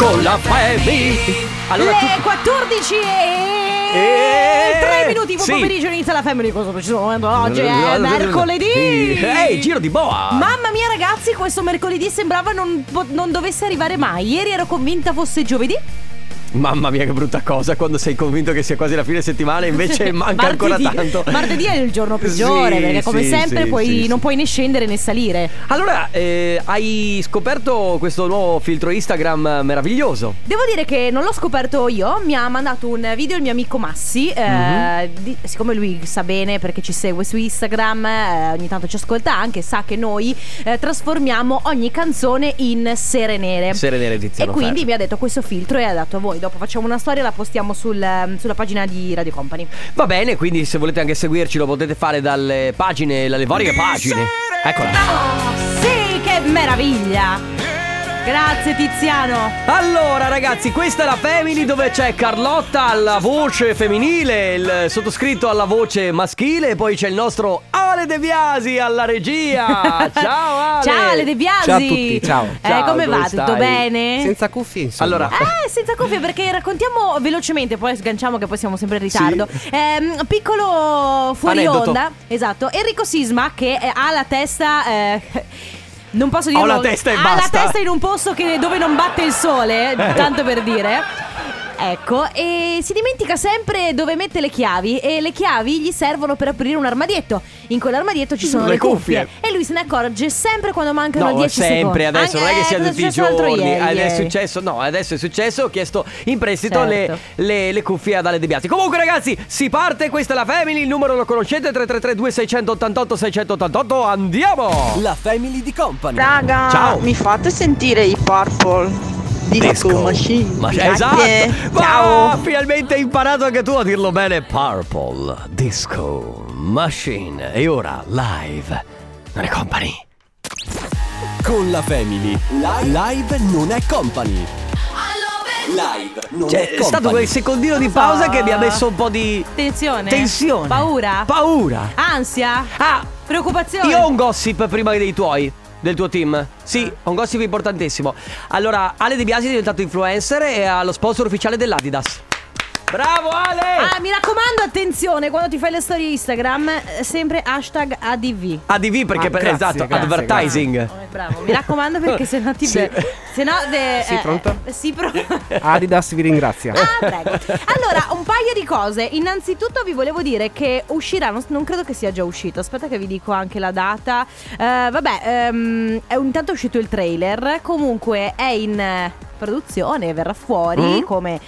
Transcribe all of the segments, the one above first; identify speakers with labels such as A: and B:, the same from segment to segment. A: con la baby. Allora,
B: Le
A: tu-
B: 14 e...
A: E-
B: 3 minuti buon
A: sì.
B: pomeriggio inizia la family cosa ci sono momento oggi è mercoledì
A: Ehi, giro di boa.
B: Mamma mia ragazzi questo mercoledì sembrava non, po- non dovesse arrivare mai Ieri ero convinta fosse giovedì
A: Mamma mia, che brutta cosa quando sei convinto che sia quasi la fine settimana e invece manca ancora
B: Martedì-
A: tanto.
B: Martedì è il giorno peggiore
A: Sì,
B: perché come
A: sì,
B: sempre
A: sì,
B: puoi-
A: sì, sì.
B: non puoi né scendere né salire
A: Allora, eh, hai scoperto questo nuovo filtro Instagram meraviglioso.
B: Devo dire che non l'ho scoperto io, mi ha mandato un video il mio amico Massi, eh,
C: Mhm.
B: di- siccome lui sa bene perché ci segue su Instagram, eh, ogni tanto ci ascolta anche, sa che noi eh, trasformiamo ogni canzone in sere nere.
A: Sere nere
B: e
A: Tiziano
B: quindi
A: Ferro.
B: mi ha detto questo filtro e ha dato a voi. Dopo facciamo una storia e la postiamo sul- ehm, sulla pagina di Radio Company.
A: Va bene, quindi se volete anche seguirci lo potete fare dalle pagine, dalle varie pagine. Eccola.
B: Ah, sì, che meraviglia! Grazie Tiziano.
A: Allora ragazzi, questa è la Family dove c'è Carlotta alla voce femminile, il sottoscritto alla voce maschile e poi c'è il nostro Ale De Biasi alla regia. Ciao Ale.
B: Ciao Ale De Biasi.
C: Ah, Ciao a tutti, ciao.
B: Eh, come va?
A: stai?
B: Tutto bene?
C: Senza cuffie, insomma.
A: Allora,
B: Eh, senza cuffie perché raccontiamo velocemente, poi sganciamo che poi siamo sempre in ritardo. Ehm, piccolo fuori
A: Aneddoto.
B: onda, esatto. Enrico Sisma che eh, ha la testa eh, non posso dirlo.
A: Ho la testa e
B: ha
A: basta. Eh.
B: la testa in un posto che- dove non batte il sole, tanto per dire. Ecco, e si dimentica sempre dove mette le chiavi e le chiavi gli servono per aprire un armadietto. In quell'armadietto ci sono
A: Le
B: le, cuffie.
A: cuffie.
B: e lui se ne accorge sempre quando mancano
A: No,
B: 10
A: sempre,
B: secondi.
A: adesso non è
B: Anche-
A: che sia tutti
B: eh,
A: i
B: cosa è successo l'altro
A: giorni.
B: ieri,
A: Ed è
B: ieri?
A: successo, no, adesso è successo. Ho chiesto in prestito
B: Certo.
A: le, le- le cuffie ad Ale De Biasi. Comunque, ragazzi, si parte. Questa è la Family. Il numero lo conoscete: 333 688 688 Andiamo!
C: la family di company.
D: Raga,
A: Ciao.
D: mi fate sentire i Purple Disco, Machine.
A: Ma-
D: Grazie.
A: esatto. Ma
D: Ciao.
A: finalmente hai imparato anche tu a dirlo bene. Purple Disco Machine. E ora live. Non è company.
C: Con la family. Live, non è company. Live non
A: Cioè, è stato quel secondino di
B: so.
A: pausa che mi ha messo un po' di
B: Tensione.
A: tensione.
B: Paura.
A: Paura.
B: ansia.
A: Ah,
B: Preoccupazione.
A: io ho un gossip prima dei tuoi. Del tuo team? Sì, ho un gossip importantissimo. Allora, Ale De Biasi è diventato influencer e ha lo sponsor ufficiale dell'Adidas. Bravo Ale!
B: Ah, mi raccomando, attenzione quando ti fai le storie Instagram, eh, sempre hashtag ADV.
A: ADV perché
C: Ah,
A: per-
C: grazie,
A: esatto,
C: grazie,
A: advertising.
B: Oh, bravo, mi raccomando perché se no ti
A: Sì.
B: be- se no de-
C: Sì,
B: eh,
C: pronto?
B: eh, sì, pronto.
C: Adidas vi ringrazia.
B: Ah, prego. Allora, un paio di cose. Innanzitutto vi volevo dire che uscirà, non, non credo che sia già uscito, aspetta che vi dico anche la data. Eh, vabbè, ehm, è un- intanto è uscito il trailer, comunque è in eh, produzione, verrà
A: Mm.
B: fuori come...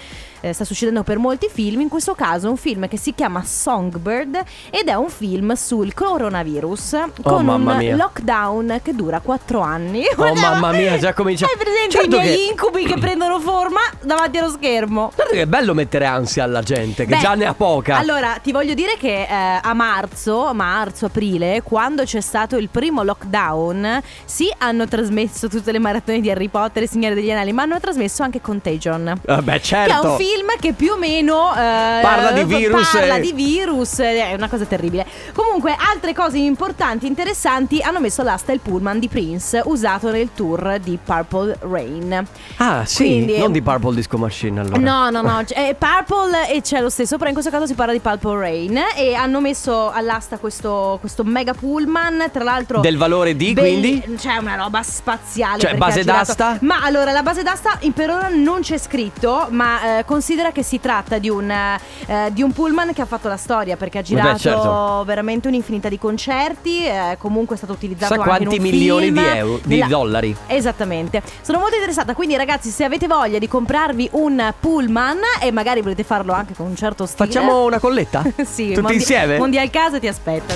B: eh, Sta succedendo per molti film, in questo caso un film che si chiama Songbird ed è un film sul coronavirus con
A: Oh, mamma
B: un
A: mia.
B: lockdown che dura 4 anni.
A: Oh, mamma mia, già comincia-
B: Hai presente
A: Certo
B: i miei
A: che-
B: incubi che prendono forma davanti allo schermo?
A: Guarda che è bello mettere ansia alla gente, che
B: Beh,
A: già ne ha poca.
B: Allora, ti voglio dire che eh, a marzo, marzo, aprile, quando c'è stato il primo lockdown, sì, hanno trasmesso tutte le maratone di Harry Potter e Signore degli Anelli, ma hanno trasmesso anche Contagion.
A: Vabbè, certo.
B: Che è un film che più o meno eh,
A: Parla di virus
B: parla
A: e-
B: di virus, eh, è una cosa terribile. Comunque, altre cose importanti, interessanti, hanno messo all'asta il pullman di Prince usato nel tour di Purple Rain.
A: Ah, sì,
B: Quindi-
A: non di Purple Disco Machine allora.
B: No, no, no, c- è Purple e c'è lo stesso, però in questo caso si parla di Purple Rain e hanno messo all'asta questo, questo mega pullman, tra l'altro...
A: Del valore di,
B: belli-
A: quindi?
B: Cioè una roba spaziale
A: Cioè,
B: perché
A: base
B: ha girato-
A: d'asta?
B: Ma allora la base d'asta in- per ora non c'è scritto Ma eh, considera che si tratta di un, eh, di un pullman che ha fatto la storia Perché ha girato
A: certo.
B: veramente un'infinità di concerti eh, Comunque è stato utilizzato
A: Sa
B: anche in un
A: quanti milioni
B: film,
A: di euro, di
B: nella-
A: dollari.
B: Esattamente, sono molto interessata, quindi ragazzi se avete voglia di comprarvi un pullman e magari volete farlo anche con un certo stile
A: Facciamo una colletta?
B: sì,
A: Tutti
B: mondi-
A: insieme?
B: Mondial Casa ti aspetta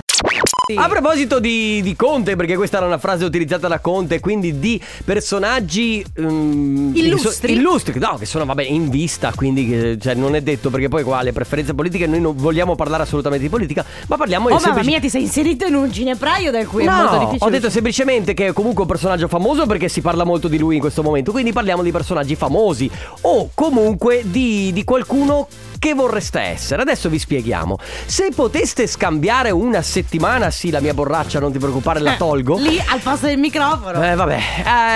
A: A proposito di, di Conte, perché questa era una frase utilizzata da Conte, quindi di personaggi ehm,
B: Illustri.
A: che so- illustri, no, che sono vabbè in vista, quindi che- cioè, non è detto perché poi qua le preferenze politiche noi non vogliamo parlare assolutamente di politica, ma parliamo
B: Oh
A: di
B: mamma
A: semplici-
B: mia ti sei inserito in un ginepraio del cui è molto
A: No,
B: difficile
A: ho detto semplicemente che è comunque un personaggio famoso perché si parla molto di lui in questo momento, quindi parliamo di personaggi famosi o comunque di, di qualcuno che vorreste essere? Adesso vi spieghiamo. Se poteste scambiare una settimana, sì, la mia borraccia, non ti preoccupare,
B: Eh,
A: la tolgo.
B: Lì al posto del microfono.
A: Eh, vabbè,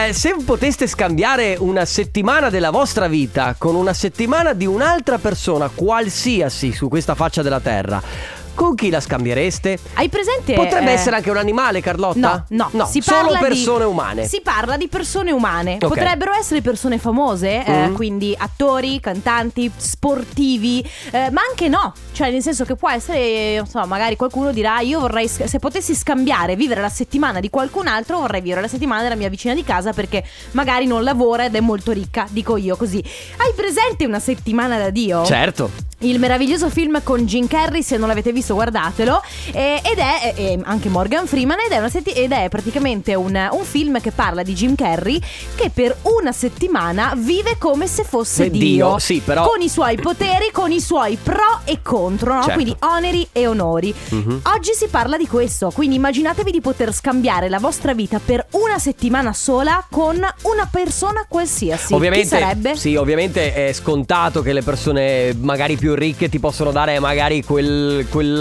A: Eh, se poteste scambiare una settimana della vostra vita con una settimana di un'altra persona, qualsiasi su questa faccia della terra, con chi la scambiereste?
B: Hai presente?
A: Potrebbe
B: eh,
A: essere anche un animale, Carlotta?
B: No, no, si
A: solo
B: parla di-
A: persone umane.
B: Si parla di persone umane.
A: Ok.
B: Potrebbero essere persone famose, eh,
A: Mm.
B: quindi attori, cantanti, sportivi, eh, ma anche no. Cioè, nel senso che può essere, non so, magari qualcuno dirà: Io vorrei, sc- se potessi scambiare, vivere la settimana di qualcun altro, vorrei vivere la settimana della mia vicina di casa perché magari non lavora ed è molto ricca. Dico io così. Hai presente una settimana da Dio?
A: Certo.
B: Il meraviglioso film con Jim Carrey, se non l'avete visto guardatelo, eh, ed è eh, eh, anche Morgan Freeman ed è, una setti- ed è praticamente un, un film che parla di Jim Carrey che per una settimana vive come se fosse
A: Eh,
B: Dio,
A: Dio, sì, però-
B: con i suoi poteri, con i suoi pro e contro, no?
A: Certo.
B: quindi oneri e onori.
A: Mhm.
B: Oggi si parla di questo, quindi immaginatevi di poter scambiare la vostra vita per una settimana sola con una persona qualsiasi.
A: ovviamente,
B: Chi sarebbe?
A: Sì, ovviamente è scontato che le persone magari più ricche ti possono dare magari quel, quel-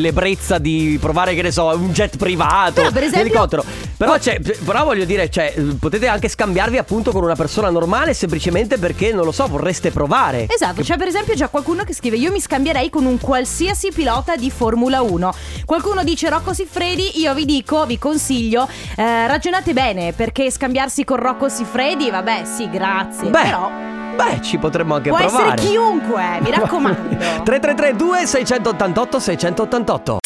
A: quell'ebbrezza di provare, che ne so, un jet privato,
B: Però, per esempio- Oh.
A: l'elicottero. Però, c'è- però voglio dire, cioè, potete anche scambiarvi appunto con una persona normale semplicemente perché, non lo so, vorreste provare.
B: Esatto, c'è per esempio già qualcuno che scrive Io mi scambierei con un qualsiasi pilota di Formula 1 Qualcuno dice Rocco Siffredi Io vi dico, vi consiglio eh, Ragionate bene perché scambiarsi con Rocco Siffredi Vabbè sì, grazie
A: Beh,
B: Però
A: beh, ci potremmo anche
B: può
A: provare.
B: essere chiunque, eh, mi raccomando
A: 3332 688 688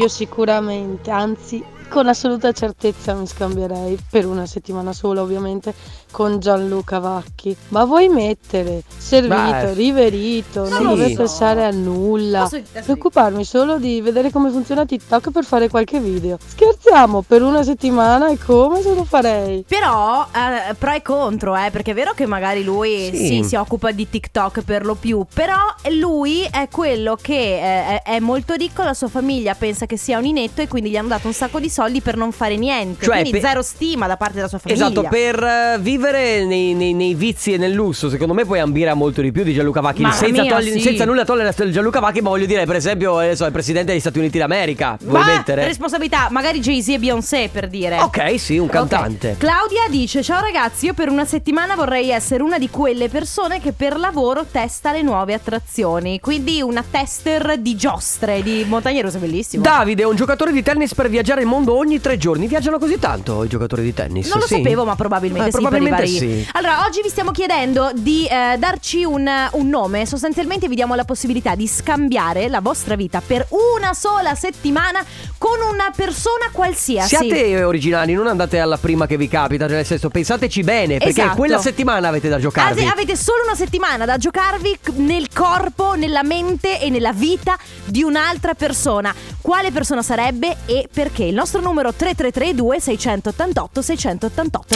E: Io sicuramente, anzi con assoluta certezza mi scambierei, per una settimana sola ovviamente, con Gianluca Vacchi. Ma vuoi mettere servito,
A: Beh,
E: riverito,
A: sì.
E: non dover pensare a nulla,
B: Posso- adesso
E: preoccuparmi solo di vedere come funziona TikTok per fare qualche video. Scherziamo, per una settimana e come se lo farei?
B: Però eh, pro e contro, eh, perché è vero che magari lui
A: Sì.
B: sì, si occupa di TikTok per lo più, però lui è quello che eh, è- è molto ricco, la sua famiglia pensa che sia un inetto e quindi gli hanno dato un sacco di soldi per non fare niente,
A: Cioè,
B: quindi
A: pe-
B: zero stima da parte della sua famiglia.
A: Esatto, per eh, vivere nei, nei- nei vizi e nel lusso, secondo me puoi ambire a molto di più di Gianluca Vacchi.
B: Mamma
A: senza,
B: mia, sì.
A: senza nulla togliere a Gianluca Vacchi, ma voglio dire, per esempio, eh, so, il presidente degli Stati Uniti d'America. Vuoi
B: Ma
A: mettere?
B: responsabilità, magari Jay-Z e Beyoncé per dire.
A: ok, sì, un cantante.
B: Ok. Claudia dice: Ciao ragazzi, io per una settimana vorrei essere una di quelle persone che per lavoro testa le nuove attrazioni. Quindi una tester di giostre, di montagne rose, bellissimo.
A: Davide, un giocatore di tennis per viaggiare il mondo ogni tre giorni. Viaggiano così tanto i giocatori di tennis?
B: non lo
A: Sì.
B: sapevo, ma probabilmente,
A: Eh,
B: sì,
A: probabilmente
B: per i vari-
A: sì.
B: Allora, oggi vi stiamo chiedendo di eh, darci un, un nome. Sostanzialmente vi diamo la possibilità di scambiare la vostra vita per una sola settimana con una persona qualsiasi.
A: Siate originali, non andate alla prima che vi capita, cioè nel senso pensateci bene, perché
B: Esatto.
A: quella settimana avete da giocarvi.
B: Ave- avete solo una settimana da giocarvi c- nel corpo, nella mente e nella vita di un'altra persona. Quale persona sarebbe e perché? Il nostro numero 3332 688 688.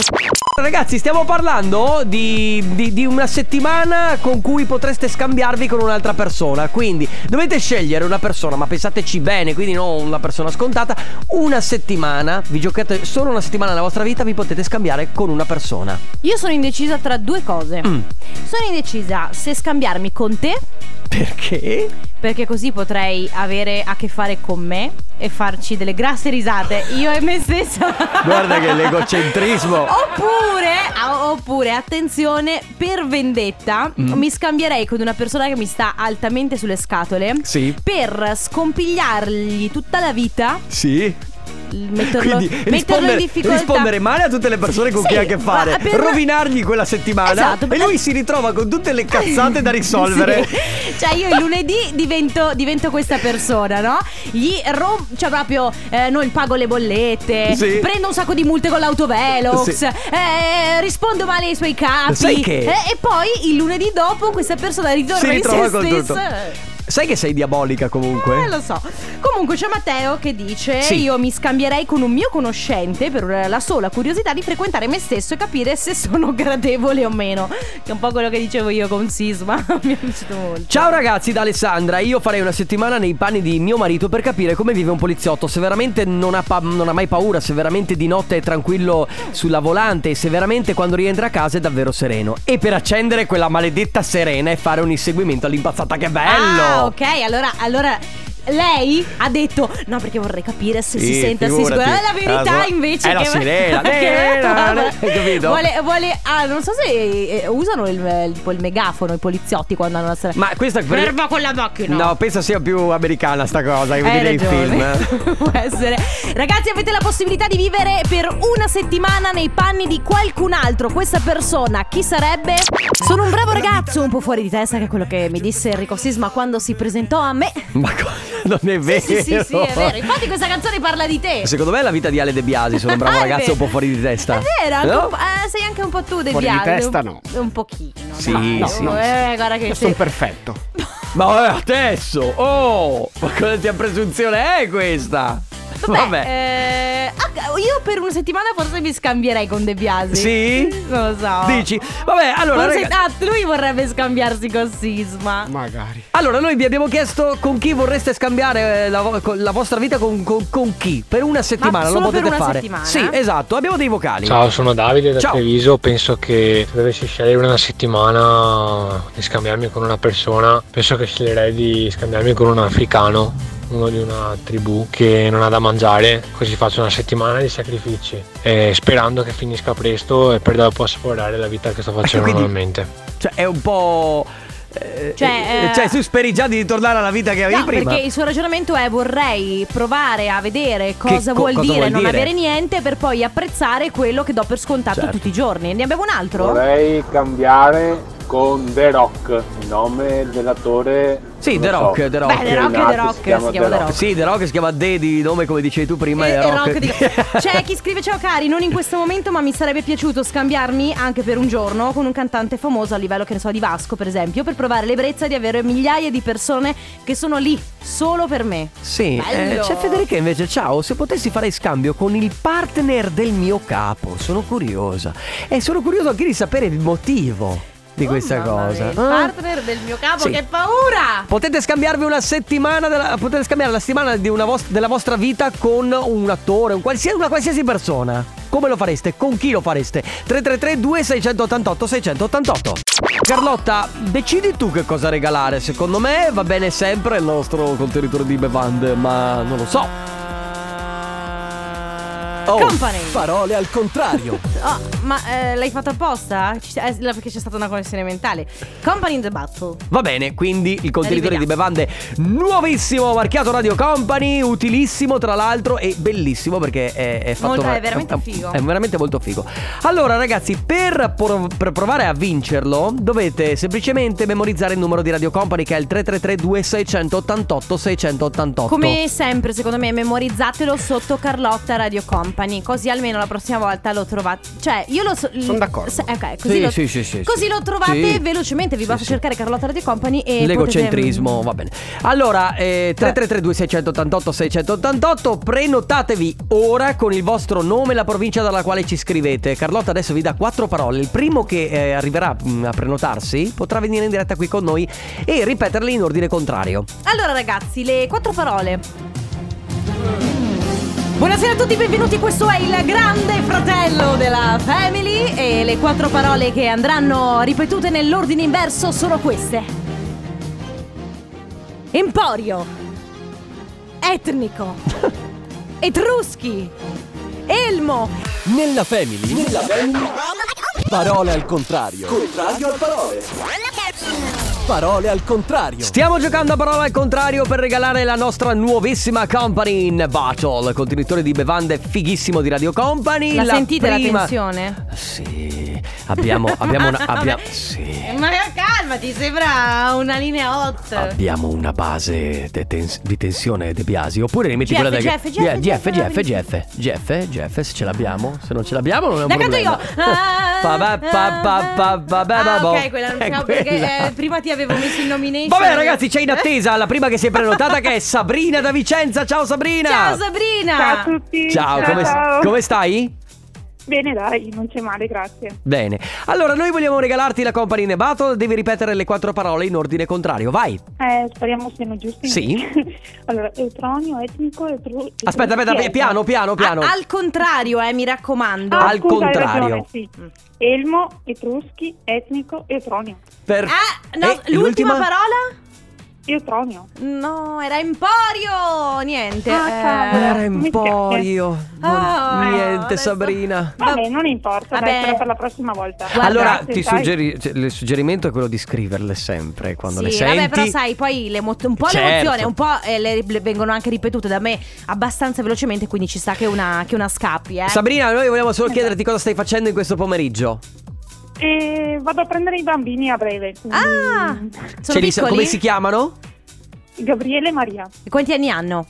A: Ragazzi, stiamo parlando di, di- di una settimana con cui potreste scambiarvi con un'altra persona. Quindi dovete scegliere una persona, ma pensateci bene, quindi non una persona scontata. Una settimana, vi giocate solo una settimana della vostra vita, vi potete scambiare con una persona.
B: Io sono indecisa tra due cose.
A: Mm.
B: Sono indecisa se scambiarmi con te,
A: Perché?
B: perché così potrei avere a che fare con me e farci delle grasse risate io e me stessa.
A: Guarda che l'egocentrismo.
B: Oppure, ah, oppure, attenzione, per vendetta
A: Mm.
B: mi scambierei con una persona che mi sta altamente sulle scatole.
A: Sì.
B: Per scompigliargli tutta la vita,
A: Sì.
B: l- metterlo,
A: Quindi
B: metterlo
A: rispondere,
B: in difficoltà.
A: rispondere male a tutte le persone con
B: Sì,
A: chi ha a che fare,
B: ma per-
A: rovinargli quella settimana
B: Esatto,
A: e
B: per-
A: lui si ritrova con tutte le cazzate da risolvere.
B: Sì. Cioè, io il lunedì divento, divento questa persona, no? Gli rompo, cioè proprio eh, non pago le bollette,
A: Sì.
B: prendo un sacco di multe con l'autovelox,
A: Sì.
B: eh, rispondo male ai suoi capi.
A: Sai che-
B: eh, e poi il lunedì dopo questa persona ritorna
A: Si
B: in
A: ritrova
B: se
A: col
B: stessa.
A: tutto. Sai che sei diabolica comunque?
B: Eh, lo so. Comunque c'è Matteo che dice:
A: Sì.
B: Io mi scambierei con un mio conoscente per eh, la sola curiosità di frequentare me stesso e capire se sono gradevole o meno. Che è un po' quello che dicevo io con Sisma. mi è piaciuto molto.
A: Ciao ragazzi da Alessandra, io farei una settimana nei panni di mio marito per capire come vive un poliziotto, se veramente non ha, pa- non ha mai paura, se veramente di notte è tranquillo sulla volante, se veramente quando rientra a casa è davvero sereno. E per accendere quella maledetta serena e fare un inseguimento all'impazzata, che bello!
B: Ah, ok, allora, allora lei ha detto no perché vorrei capire se si
A: Sì,
B: sente si
A: figurati.
B: sicura. Eh, la verità
A: Ah, so-
B: invece
A: è la
B: che-
A: sirena.
B: che-
A: Hai capito?
B: Vuole, vuole ah, non so se eh, usano il, eh, tipo il megafono i poliziotti quando hanno la sirena.
A: Ma questa
B: Ferma con la macchina.
A: No, penso sia più americana sta cosa che
B: Hai
A: vedere i
B: ragione.
A: film. eh?
B: Può essere. Ragazzi, avete la possibilità di vivere per una settimana nei panni di qualcun altro. Questa persona, chi sarebbe? Sono un bravo ragazzo, un po' fuori di testa, che è quello che mi disse Enrico Sisma quando si presentò a me.
A: Ma cosa? Non è vero.
B: Sì, sì, sì, sì, è vero. Infatti questa canzone parla di te.
A: Secondo me è la vita di Ale De Biasi, sono un bravo
B: Ah, è
A: ragazzo
B: vero.
A: un po' fuori di testa.
B: È vero, anche
A: No?
B: un po'- eh, sei anche un po' tu, De
F: Fuori di
B: Biasi,
F: testa,
B: un-
F: no.
B: Un pochino.
A: Sì,
B: dai.
A: sì.
B: Eh, guarda che
F: Io
B: sei-
F: sono perfetto.
A: Ma eh, adesso! Oh! Ma cosa ti presunzione è questa?
B: Vabbè, eh, ah, io per una settimana forse mi scambierei con De Biasi.
A: Sì?
B: Non lo so.
A: Dici? Vabbè, allora,
B: Forse-
A: raga-
B: ah, lui vorrebbe scambiarsi con Sisma.
F: Magari.
A: allora, noi vi abbiamo chiesto con chi vorreste scambiare eh, la, vo- con- la vostra vita con, con- con chi? Per una settimana
B: solo
A: lo potete
B: per una
A: fare.
B: settimana?
A: Sì, esatto, abbiamo dei vocali.
G: Ciao, sono Davide da
A: Ciao.
G: Treviso. Penso che se dovessi scegliere una settimana di scambiarmi con una persona, penso che sceglierei di scambiarmi con un africano, uno di una tribù che non ha da mangiare, così faccio una settimana di sacrifici, eh, sperando che finisca presto e per dopo assaporare la vita che sto facendo
A: Quindi-
G: normalmente.
A: Cioè, è un po'. eh,
B: Cioè, eh,
A: cioè, tu speri già di tornare alla vita che avevi
B: No,
A: prima.
B: perché il suo ragionamento è vorrei provare a vedere cosa,
A: co-
B: vuol,
A: cosa
B: dire
A: vuol
B: non
A: dire?
B: avere niente per poi apprezzare quello che do per scontato
A: Certo.
B: tutti i giorni. Ne abbiamo un altro?
H: Vorrei cambiare con The Rock, il nome dell'attore.
A: Sì,
H: non
A: The
H: so.
A: Rock, The Rock.
B: Beh, The Rock è The Rock, si chiama The Rock.
A: Sì, The Rock si chiama De di nome come dicevi tu prima.
B: Eh,
A: è
B: eh,
A: rock.
B: Rock, dico. C'è chi scrive ciao cari, non in questo momento ma mi sarebbe piaciuto scambiarmi anche per un giorno con un cantante famoso a livello che ne so di Vasco per esempio per provare l'ebbrezza di avere migliaia di persone che sono lì solo per me.
A: Sì, eh,
B: Bello.
A: c'è Federica invece, ciao, se potessi fare scambio con il partner del mio capo, sono curiosa. E sono curiosa anche di sapere il motivo di
B: Oh,
A: questa
B: mamma mia,
A: cosa.
B: Il
A: Ah.
B: partner del mio capo,
A: Sì.
B: che paura!
A: Potete scambiarvi una settimana della, potete scambiare la settimana di una vos- della vostra vita con un attore, un qualsiasi, una qualsiasi persona. Come lo fareste? Con chi lo fareste? 333 2688 688 Carlotta, decidi tu che cosa regalare. Secondo me va bene sempre il nostro contenitore di bevande, ma non lo so.
C: Oh,
B: Company.
C: Parole al contrario.
B: Oh, ma eh, l'hai fatto apposta? Ci- eh, perché c'è stata una connessione mentale. Company in the Battle.
A: Va bene, quindi il contenitore di bevande nuovissimo, marchiato Radio Company, utilissimo tra l'altro e bellissimo perché è, è fatto
B: Molto-
A: ma-
B: è veramente
A: è-
B: figo.
A: È veramente molto figo. Allora ragazzi, per, por- per provare a vincerlo dovete semplicemente memorizzare il numero di Radio Company che è il 333 688 688.
B: Come sempre, secondo me, memorizzatelo sotto Carlotta Radio Company. Così almeno la prossima volta lo trovate. Cioè, io lo so.
F: Sono d'accordo.
B: Se- ok, così,
A: Sì,
B: lo,
A: sì, sì, sì,
B: così
A: sì.
B: lo trovate
A: Sì.
B: velocemente. Vi
A: Sì,
B: basta
A: sì.
B: cercare Carlotta Radio Company e.
A: L'egocentrismo, va bene. Allora, eh,
B: Cioè-
A: 3332 688 688, prenotatevi ora con il vostro nome e la provincia dalla quale ci scrivete. Carlotta adesso vi dà quattro parole. Il primo che eh, arriverà mh, a prenotarsi potrà venire in diretta qui con noi e ripeterle in ordine contrario.
B: Potete... Allora, ragazzi, le quattro parole. Buonasera a tutti, benvenuti. Questo è il grande fratello della Family. E le quattro parole che andranno ripetute nell'ordine inverso sono queste: Emporio, Etnico, Etruschi, Elmo.
C: Nella family. Nella family. Parole al contrario. Contrario al parole. Parole al contrario.
A: Stiamo giocando a parola al contrario per regalare la nostra nuovissima company in battle, contenitore di bevande fighissimo di Radio Company.
B: La, sentite
A: prima-
B: la tensione?
A: Sì, abbiamo, abbiamo una... abbiamo- sì.
B: Eh, Ma è a ma ti sembra una linea hot?
A: Abbiamo una base de- tens- di tensione De Biasi. Oppure rimetti
B: GF,
A: quella del
B: GF, GF,
A: Yeah, GF,
B: GF,
A: GF, GF, GF, GF, se ce l'abbiamo. Se non ce l'abbiamo non è un
B: La canto
A: problema.
B: io. Ah,
A: Pa, pa, pa, pa, pa, pa, pa,
B: ah,
A: pa,
B: ok,
A: boh.
B: quella non
A: È
B: ce l'ho perché
A: quella.
B: eh, prima ti avevo messo in nomination. Eh?
A: Vabbè ragazzi, c'è in attesa la prima che si è prenotata che è Sabrina da Vicenza. Ciao Sabrina!
B: Ciao Sabrina.
F: Ciao a tutti.
A: Ciao, come, come stai?
F: Bene, dai, non c'è male, grazie.
A: Bene. Allora, noi vogliamo regalarti la Company Nebato. Devi ripetere le quattro parole in ordine contrario. Vai.
F: Eh, speriamo siano giusti.
A: Sì.
F: allora, eutronio, etnico, etru...
A: Aspetta, aspetta,
F: etrusiero.
A: piano, piano, piano.
B: Ah, al contrario, eh, mi raccomando.
F: Ah,
A: al
F: scusa, hai
A: contrario.
F: ragione, sì. Elmo, etruschi, etnico, eutronio.
A: Per-
B: Ah,
A: Eh,
B: no,
A: E- e
B: l'ultima, parola?
F: Eutronio.
B: No, era Emporio. Niente.
F: Ah,
B: eh.
F: cavolo.
A: Era
F: Mi
A: un po'
F: spiace.
A: io.
B: Ah,
A: Niente,
B: adesso-
A: Sabrina.
F: Vabbè, non importa,
B: Vabbè.
F: dai, però per la prossima volta.
B: Guarda,
A: allora,
F: Grazie,
A: ti
F: sai.
A: suggeri- cioè, il suggerimento è quello di scriverle sempre quando
B: sì,
A: le senti.
B: vabbè, però sai, poi l'emo- un po'
A: Certo.
B: l'emozione, un po' eh, le, le vengono anche ripetute da me abbastanza velocemente, quindi ci sta che una, che una scappi, eh.
A: Sabrina, noi vogliamo solo chiederti cosa stai facendo in questo pomeriggio.
F: E Eh, vado a prendere i bambini a breve. Mm. quindi-
B: ah, sono
A: Mm. Ce li sa-
B: piccoli?
A: come si chiamano?
F: Gabriele e Maria,
B: E Quanti anni hanno?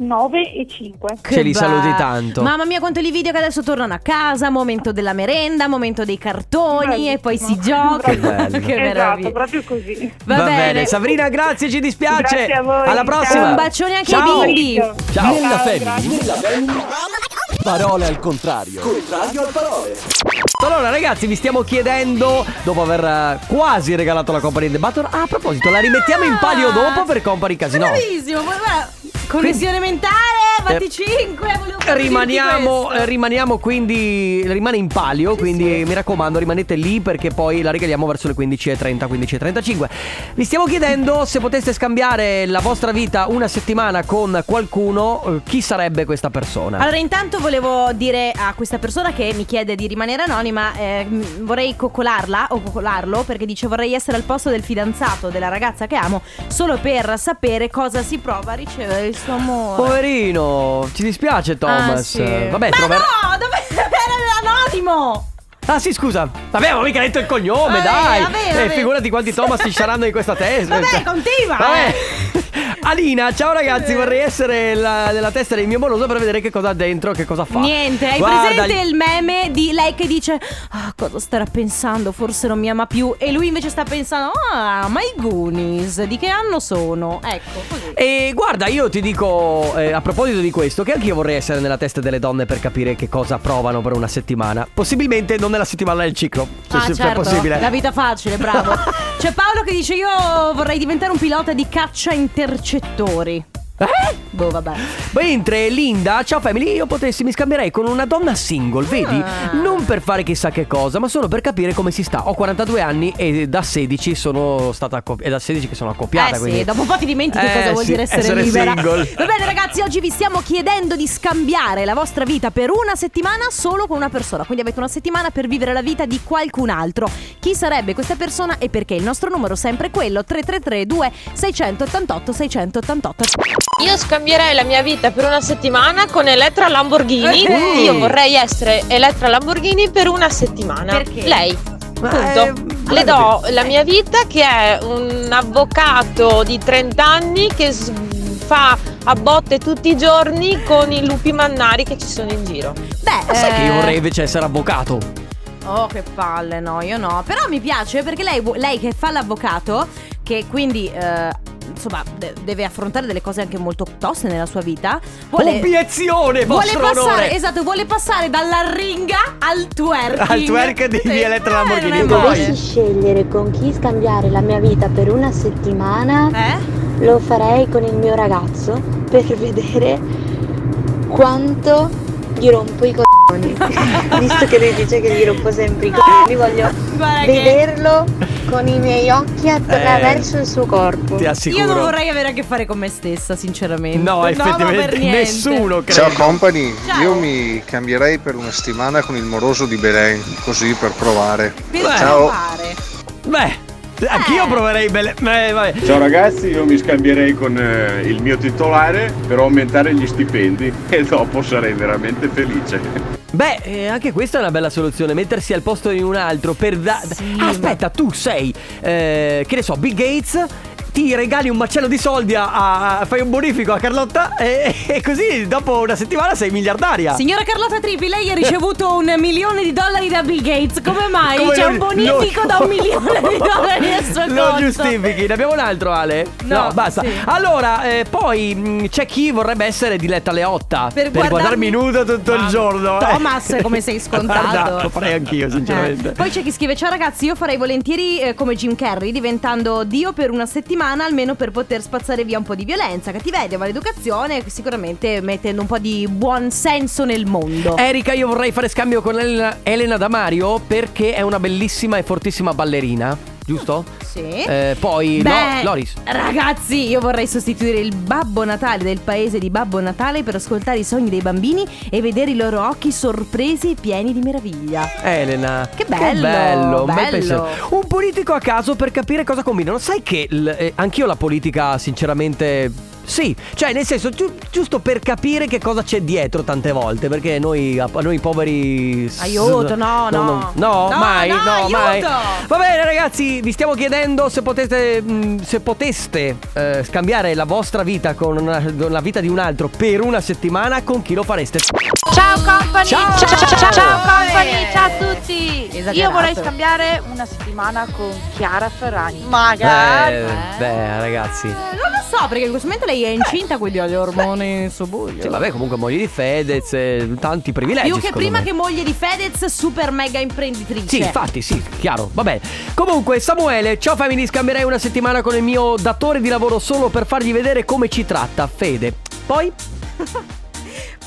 F: 9 e 5.
A: Ce li
B: ba-
A: saluti tanto.
B: Mamma mia, quanto li video che adesso tornano a casa. Momento della merenda, momento dei cartoni e poi si
F: Bravissimo.
B: gioca.
A: Che bello.
B: Che meraviglia.
F: Esatto, proprio così.
B: Va,
A: Sabrina, grazie, ci dispiace.
F: Grazie a voi,
A: Alla prossima.
F: ciao.
B: Un bacione anche ai
A: Ciao.
B: bimbi.
A: Ciao.
C: Nella family.
F: grazie.
C: Parole al contrario. Contrario al parole.
A: Allora, ragazzi, vi stiamo chiedendo, dopo aver eh, quasi regalato la Company in the Battle, ah, a proposito, la rimettiamo in palio dopo per Company Casino.
B: Bravissimo. poi, guarda, Connessione mentale, batti 5. volevo proprio
A: Rimaniamo,
B: dirti
A: eh,
B: questo.
A: rimaniamo quindi, rimane in palio, quindi mi raccomando rimanete lì perché poi la regaliamo verso le 15.30, 15.35. Vi stiamo chiedendo se poteste scambiare la vostra vita una settimana con qualcuno, eh, chi sarebbe questa persona?
B: Allora, intanto volevo dire a questa persona che mi chiede di rimanere anonima, eh, m- vorrei coccolarla o coccolarlo perché dice vorrei essere al posto del fidanzato della ragazza che amo solo per sapere cosa si prova a ricevere il suo amore.
A: Poverino, ci dispiace Thomas.
B: Ah, sì.
A: Vabbè,
B: Ma
A: trover-
B: no, dove era l'anonimo?
A: Ah sì, scusa. Vabbè, avevo mica detto il cognome,
B: Vabbè,
A: dai.
B: vabbè,
A: Eh,
B: vabbè.
A: figurati quanti Thomas ci saranno in questa testa.
B: Vabbè, continua, eh.
A: Vabbè. Alina, ciao ragazzi, vorrei essere la- nella testa del mio moloso per vedere che cosa ha dentro, che cosa fa.
B: Niente, hai
A: Guarda,
B: presente il meme di lei che dice "Ah, cosa starà pensando? Forse non mi ama più e lui invece sta pensando "Ah, ma i Goonies di che anno sono?". Ecco, così.
A: E guarda, io ti dico, eh, a proposito di questo, che anch'io vorrei essere nella testa delle donne per capire che cosa provano per una settimana. Possibilmente non nella settimana del ciclo, se,
B: Ah,
A: se- se è
B: certo,
A: possibile.
B: la vita facile, bravo. C'è Paolo che dice io vorrei diventare un pilota di caccia intercettori.
A: Eh?
B: Boh, vabbè.
A: Mentre Linda, ciao family, io potessi mi scambierei con una donna single, vedi?
B: Ah.
A: Non per fare chissà che cosa, ma solo per capire come si sta. Ho 42 anni e da 16 sono stata accop- è da 16 che sono accoppiata,
B: eh
A: quindi
B: sì, dopo un po' ti dimentichi
A: Eh
B: cosa vuol
A: sì,
B: dire essere,
A: essere
B: libera.
A: single.
B: Va bene ragazzi, oggi vi stiamo chiedendo di scambiare la vostra vita per una settimana solo con una persona. Quindi avete una settimana per vivere la vita di qualcun altro. Chi sarebbe questa persona e perché? Il nostro numero è sempre quello 3332 688 688.
I: Io scambierei la mia vita per una settimana con Elettra Lamborghini.
B: Eh.
I: Io vorrei essere Elettra Lamborghini per una settimana.
B: Perché?
I: Lei.
A: Ma,
I: Punto.
A: eh,
I: Le
A: guarda-
I: do la mia vita che è un avvocato di 30 anni che s- fa a botte tutti i giorni con i lupi mannari che ci sono in giro.
B: Beh,
A: Ma sai che io
B: eh,
A: vorrei invece essere avvocato?
B: Oh, che palle, no, io no. Però mi piace perché lei, vu- lei che fa l'avvocato, che quindi. eh, Insomma, de- deve affrontare delle cose anche molto toste nella sua vita.
A: Obiezione,
B: vuole
A: vostro
B: passare,
A: onore.
B: esatto, vuole passare dalla ringa al twerking.
A: Al twerk di
B: Sì.
A: via Elettra
B: Eh,
A: Lamborghini.
B: non è
A: Poi- Eh,
J: dovessi
B: male.
J: scegliere con chi scambiare la mia vita per una settimana,
B: Eh?
J: lo farei con il mio ragazzo per vedere quanto gli rompo i coglioni. Visto che lui dice che gli rompo sempre i coglioni, voglio
B: Guarda che
J: vederlo con i miei occhi attraverso il suo corpo.
A: Ti
B: Io non
A: assicuro.
B: vorrei avere a che fare con me stessa, sinceramente.
A: No,
B: ma
A: effettivamente
B: per niente.
A: nessuno credo.
K: Ciao company,
B: Ciao.
K: io mi cambierei per una settimana con il moroso di Belen, così per provare.
B: Per
A: Beh.
K: Ciao.
B: provare.
A: Beh, anch'io proverei belle. Eh, vabbè.
H: Ciao ragazzi, io mi scambierei con eh, il mio titolare per aumentare gli stipendi e dopo sarei veramente felice.
A: Beh, eh, anche questa è una bella soluzione, mettersi al posto di un altro per da- Ah, Aspetta, tu sei, eh, che ne so, Bill Gates, ti regali un macello di soldi, a, a- a- fai un bonifico a Carlotta e, e così dopo una settimana sei miliardaria.
B: Signora Carlotta Trippi, lei ha ricevuto un milione di dollari da Bill Gates. Come mai?
A: Come
B: C'è
A: lo-
B: un bonifico
A: lo-
B: da un milione di dollari al suo
A: Lo
B: conto.
A: giustifichi, ne abbiamo un altro Ale?
B: No,
A: basta.
B: sì.
A: Allora, eh, poi mh, c'è chi vorrebbe essere diletta alle 8 per,
B: guardarmi-
A: guardarmi nudo tutto il giorno. eh.
B: Thomas, come sei scontato.
A: Guarda, lo farei anch'io, sinceramente.
B: Eh. Poi c'è chi scrive: Ciao ragazzi, io farei volentieri eh, come Jim Carrey, diventando Dio per una settimana almeno per poter spazzare via un po' di violenza, cattiveria, maleducazione, sicuramente mettendo un po' di buon senso nel mondo.
A: Erika, io vorrei fare scambio con Elena, Elena da Mario perché è una bellissima e fortissima ballerina, giusto?
B: Sì.
A: Eh, poi Lo-
B: Beh,
A: Loris.
B: Ragazzi, io vorrei sostituire il Babbo Natale del paese di Babbo Natale per ascoltare i sogni dei bambini e vedere i loro occhi sorpresi e pieni di meraviglia. Eh,
A: Elena.
B: Che bello,
A: bello, un bel
B: bello.
A: pensiero. Un politico a caso per capire cosa combinano. Sai che l- eh, anch'io la politica, sinceramente. Sì, cioè nel senso giu- giusto per capire che cosa c'è dietro tante volte, perché noi, a noi poveri... s-
B: Aiuto,
A: non-
B: no, no.
A: non- no,
B: No,
A: mai,
B: no,
A: no, mai.
B: aiuto.
A: Va bene ragazzi, vi stiamo chiedendo se potete, mh, se poteste eh, scambiare la vostra vita con una- con la vita di un altro per una settimana, con chi lo fareste?
L: Ciao company,
A: Ciao.
L: ciao, ciao, ciao, company, ciao a tutti. Io
A: Esagerato.
L: vorrei scambiare una settimana con Chiara Ferrani.
A: Eh, beh, ragazzi.
B: Eh, Non lo so, perché in questo momento lei è incinta,
A: Eh.
B: quindi ha gli ormoni in suo buglio.
A: Sì, vabbè, comunque moglie di Fedez, eh, tanti privilegi.
B: Più che
A: secondo
B: prima
A: me.
B: che moglie di Fedez, super mega imprenditrice.
A: Sì, infatti, sì, chiaro. Vabbè. Comunque, Samuele, ciao Family, scambierei una settimana con il mio datore di lavoro solo per fargli vedere come ci tratta, Fede. Poi? eh,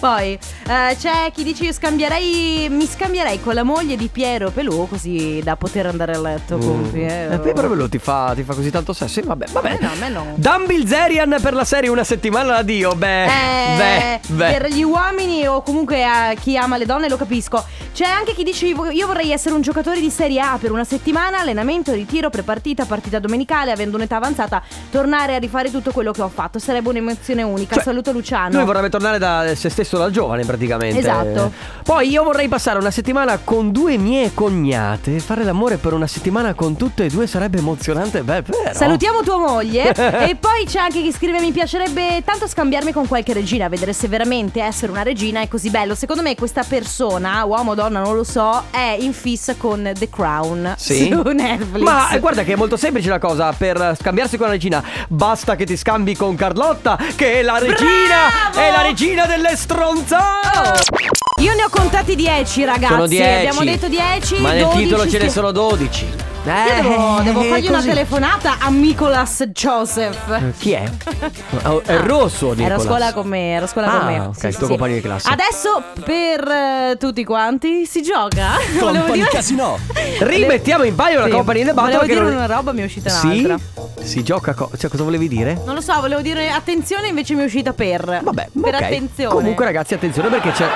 B: Poi eh, c'è chi dice io scambierei, mi scambierei con la moglie di Piero Pelù così da poter andare a letto con Piero.
A: Eh, poi però lo ti fa, ti fa così tanto sesso. Sì, vabbè, vabbè.
B: Eh, No, a me no.
A: Dan Bilzerian per la serie una settimana da Dio. Beh,
B: Eh,
A: beh, beh.
B: Per gli uomini o comunque a chi ama le donne lo capisco. C'è anche chi dice "Io- io vorrei essere un giocatore di Serie A per una settimana, allenamento, ritiro, prepartita, partita domenicale, avendo un'età avanzata, tornare a rifare tutto quello che ho fatto. Sarebbe un'emozione unica.
A: Cioè,
B: Saluto Luciano.
A: Lui vorrebbe tornare da se stesso da giovane praticamente.
B: Esatto.
A: Poi io vorrei passare una settimana con due mie cognate. Fare l'amore per una settimana con tutte e due sarebbe emozionante. Beh, vero.
B: Salutiamo tua moglie e poi c'è anche chi scrive mi piacerebbe tanto scambiarmi con qualche regina, vedere se veramente essere una regina è così bello. Secondo me questa persona, uomo o donna, non lo so, è in fissa con The Crown
A: Sì.
B: su Netflix.
A: Ma eh, guarda che è molto semplice la cosa per scambiarsi con la regina. Basta che ti scambi con Carlotta, che è la regina!
B: Bravo!
A: È la regina delle stronzate!
B: Oh. Io ne ho contati 10 ragazzi,
A: sono 10.
B: abbiamo detto 10,
A: Ma nel
B: 12
A: titolo ce ne
B: sti-
A: sono 12.
B: Io devo,
A: Eh,
B: devo fargli una
A: così.
B: telefonata a Nicholas Joseph.
A: Chi è? Oh, È rosso,
B: Ah. Era a
A: Nicolas.
B: scuola con me, era a scuola con
A: Ah,
B: me.
A: ok,
B: Sì,
A: il
B: sì,
A: tuo
B: sì.
A: compagno di classe.
B: Adesso per eh, tutti quanti si gioca. Volevo dire
A: Casino. Rimettiamo in paio la
B: Sì.
A: compagnia di
B: Volevo
A: Battle che
B: dire
A: non-
B: una roba, mi è uscita
A: Sì?
B: un'altra.
A: Si gioca co- cioè cosa volevi dire?
B: Non lo so, volevo dire attenzione, invece mi è uscita per. Vabbè, per
A: Ok.
B: attenzione.
A: Comunque ragazzi, attenzione perché c'è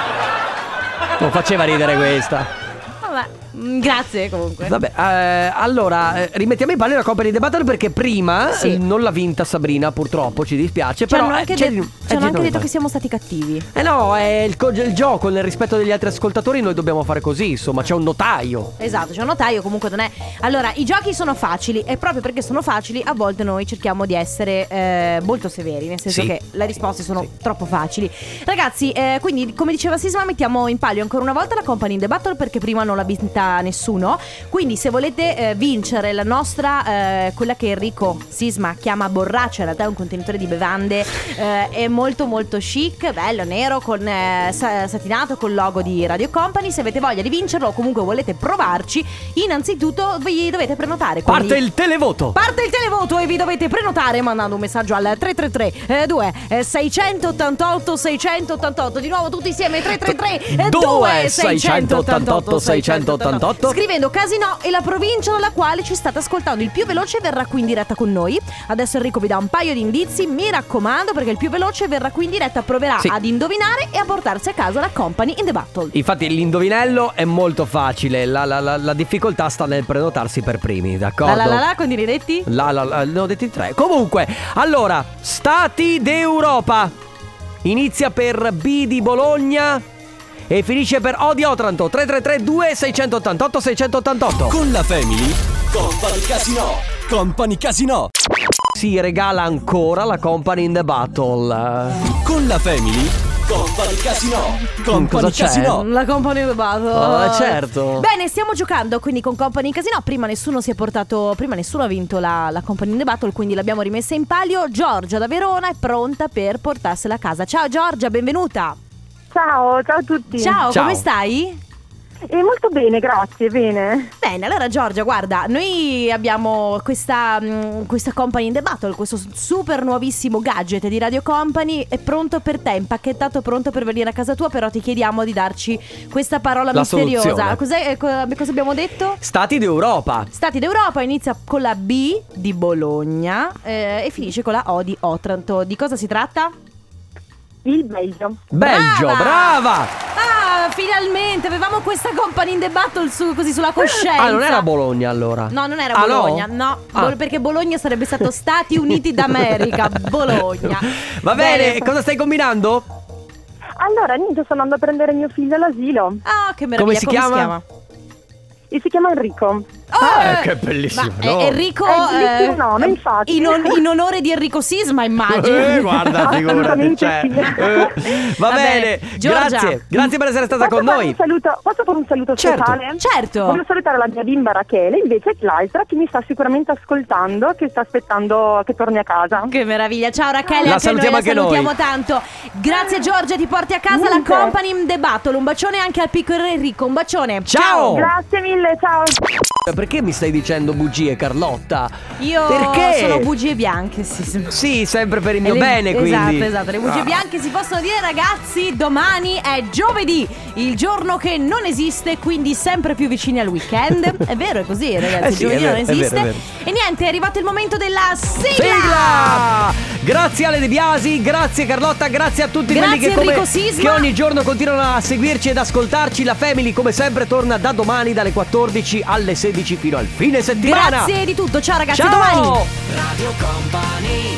A: Non faceva ridere questa.
B: Vabbè, mm, grazie comunque.
A: Vabbè, eh, allora eh, rimettiamo in palio la Coppa di The Battle perché prima
B: Sì.
A: eh, non l'ha vinta Sabrina, purtroppo, ci dispiace,
B: Ci hanno
A: però eh,
B: anche,
A: c'è- eh,
B: de- ci hanno
A: c'è-
B: anche
A: no,
B: detto
A: no.
B: che siamo stati cattivi.
A: Eh no, è il, co- il gioco, nel rispetto degli altri ascoltatori noi dobbiamo fare così, insomma, c'è un notaio.
B: Esatto, c'è un notaio, comunque non è. Allora, i giochi sono facili e proprio perché sono facili, a volte noi cerchiamo di essere eh, molto severi, nel senso
M: Sì.
B: che le risposte sono troppo facili. Ragazzi, eh, quindi come diceva Sisma, mettiamo in palio ancora una volta la Company in the Battle perché prima non l'ha vinta nessuno. Quindi se volete eh, vincere la nostra, eh, quella che Enrico Sisma chiama borraccia, in realtà è un contenitore di bevande, eh, è molto molto chic, bello, nero, con eh, sa- satinato, col logo di Radio Company. Se avete voglia di vincerlo o comunque volete provarci, innanzitutto vi dovete prenotare. quindi-
A: Parte il televoto.
B: Parte il televoto e vi dovete prenotare mandando un messaggio al 333 eh, 2 eh, 688 688 di nuovo tutti insieme 333 eh, 2
A: Due, 688, 688.
B: scrivendo Casino e la provincia dalla quale ci state ascoltando il più veloce verrà qui in diretta con noi adesso Enrico vi dà un paio di indizi mi raccomando perché il più veloce verrà qui in diretta proverà
A: Sì.
B: ad indovinare e a portarsi a casa la company in the battle
A: Infatti l'indovinello è molto facile, la, la- la- la difficoltà sta nel prenotarsi per primi, d'accordo?
B: la la la la con i ridetti
A: La, la, la, ne ho detti tre. Comunque, allora, Stati d'Europa. Inizia per B di Bologna e finisce per Odio Otranto 3332 688 688.
C: Con la family. Company Casino. Company Casino.
A: Si regala ancora la Company in the Battle.
C: Con la family. Company Casino. Company
A: cosa c'è?
C: Casino.
B: Cioè, La company in the battle.
A: Cioè, Ah, certo.
B: Bene, stiamo giocando quindi con Company in Casino. Prima nessuno si è portato. Prima nessuno ha vinto la, la Company in the Battle, quindi l'abbiamo rimessa in palio. Giorgia da Verona è pronta per portarsela a casa. Ciao Giorgia, benvenuta.
M: Ciao, ciao a tutti.
B: Ciao,
A: Ciao.
B: come stai?
M: E molto bene, grazie, bene.
B: Bene, allora Giorgia, guarda, noi abbiamo questa, mh, questa Company in the Battle, questo super nuovissimo gadget di Radio Company, è pronto per te, impacchettato, pronto per venire a casa tua, però ti chiediamo di darci questa parola
A: La
B: misteriosa.
A: soluzione.
B: Cos'è- eh, co- cosa abbiamo detto?
A: Stati d'Europa.
B: Stati d'Europa inizia con la B di Bologna eh, e finisce con la O di Otranto. Di cosa si tratta?
M: Il Belgio.
A: Belgio,
B: Brava!
A: brava!
B: Ah, finalmente avevamo questa Company in the Battle su- così sulla coscienza.
A: Ah, non era Bologna allora.
B: No, non era
A: Ah, no?
B: Bologna, no,
A: Ah.
B: Bol- perché Bologna sarebbe stato Stati Uniti d'America, Bologna.
A: Va bene,
B: Bene.
A: cosa stai combinando?
M: Allora, niente, sono andata a prendere mio figlio all'asilo
B: Ah, che meraviglia, come
A: si chiama?
M: e si chiama Enrico.
A: Ah, che bellissimo.
B: Oh, Ma, eh, Enrico
M: È il bellissimo
B: eh,
M: nome,
B: eh,
M: infatti.
B: in, on- in onore di Enrico Sisma, immagino.
A: Eh, guarda, figurati,
M: Assolutamente
A: cioè,
M: sì.
A: eh, va,
B: Va
A: bene,
B: bene, Giorgia.
A: grazie, grazie per essere stata
M: Posso
A: con
M: fare
A: noi.
M: Un saluto, posso fare un saluto
A: Certo,
M: speciale?
B: certo.
M: Voglio salutare la mia bimba Rachele, invece l'altra che mi sta sicuramente ascoltando, che sta aspettando che torni a casa.
B: Che meraviglia, ciao Rachele,
A: La
B: anche
A: salutiamo
B: noi
A: anche
B: la salutiamo
A: noi.
B: tanto. Grazie Giorgia, ti porti a casa
M: Niente.
B: la company in the battle. Un bacione anche al piccolo Enrico, un bacione.
A: Ciao!
M: Grazie mille, ciao.
A: Perché mi stai dicendo bugie, Carlotta?
B: Io
A: Perché?
B: sono bugie bianche, sì.
A: Sì, sempre per il mio
B: E le-
A: bene, quindi.
B: Esatto, esatto. Le bugie
A: Ah.
B: bianche si possono dire, ragazzi. Domani è giovedì, il giorno che non esiste, quindi sempre più vicini al weekend. È vero, è così, ragazzi.
A: Eh
B: il
A: sì, è
B: giovedì
A: vero,
B: non
A: è vero, è
B: esiste.
A: vero.
B: E niente, è arrivato il momento della sigla.
A: Sigla! Grazie Ale De Biasi, grazie Carlotta, grazie a tutti
B: Grazie
A: quelli che, come-
B: Enrico Sisma.
A: che ogni giorno continuano a seguirci ed ascoltarci. La Family come sempre torna da domani dalle 14 alle 16 fino al fine settimana.
B: Grazie di tutto, ciao ragazzi, a
A: Ciao!
B: domani.
A: Radio Company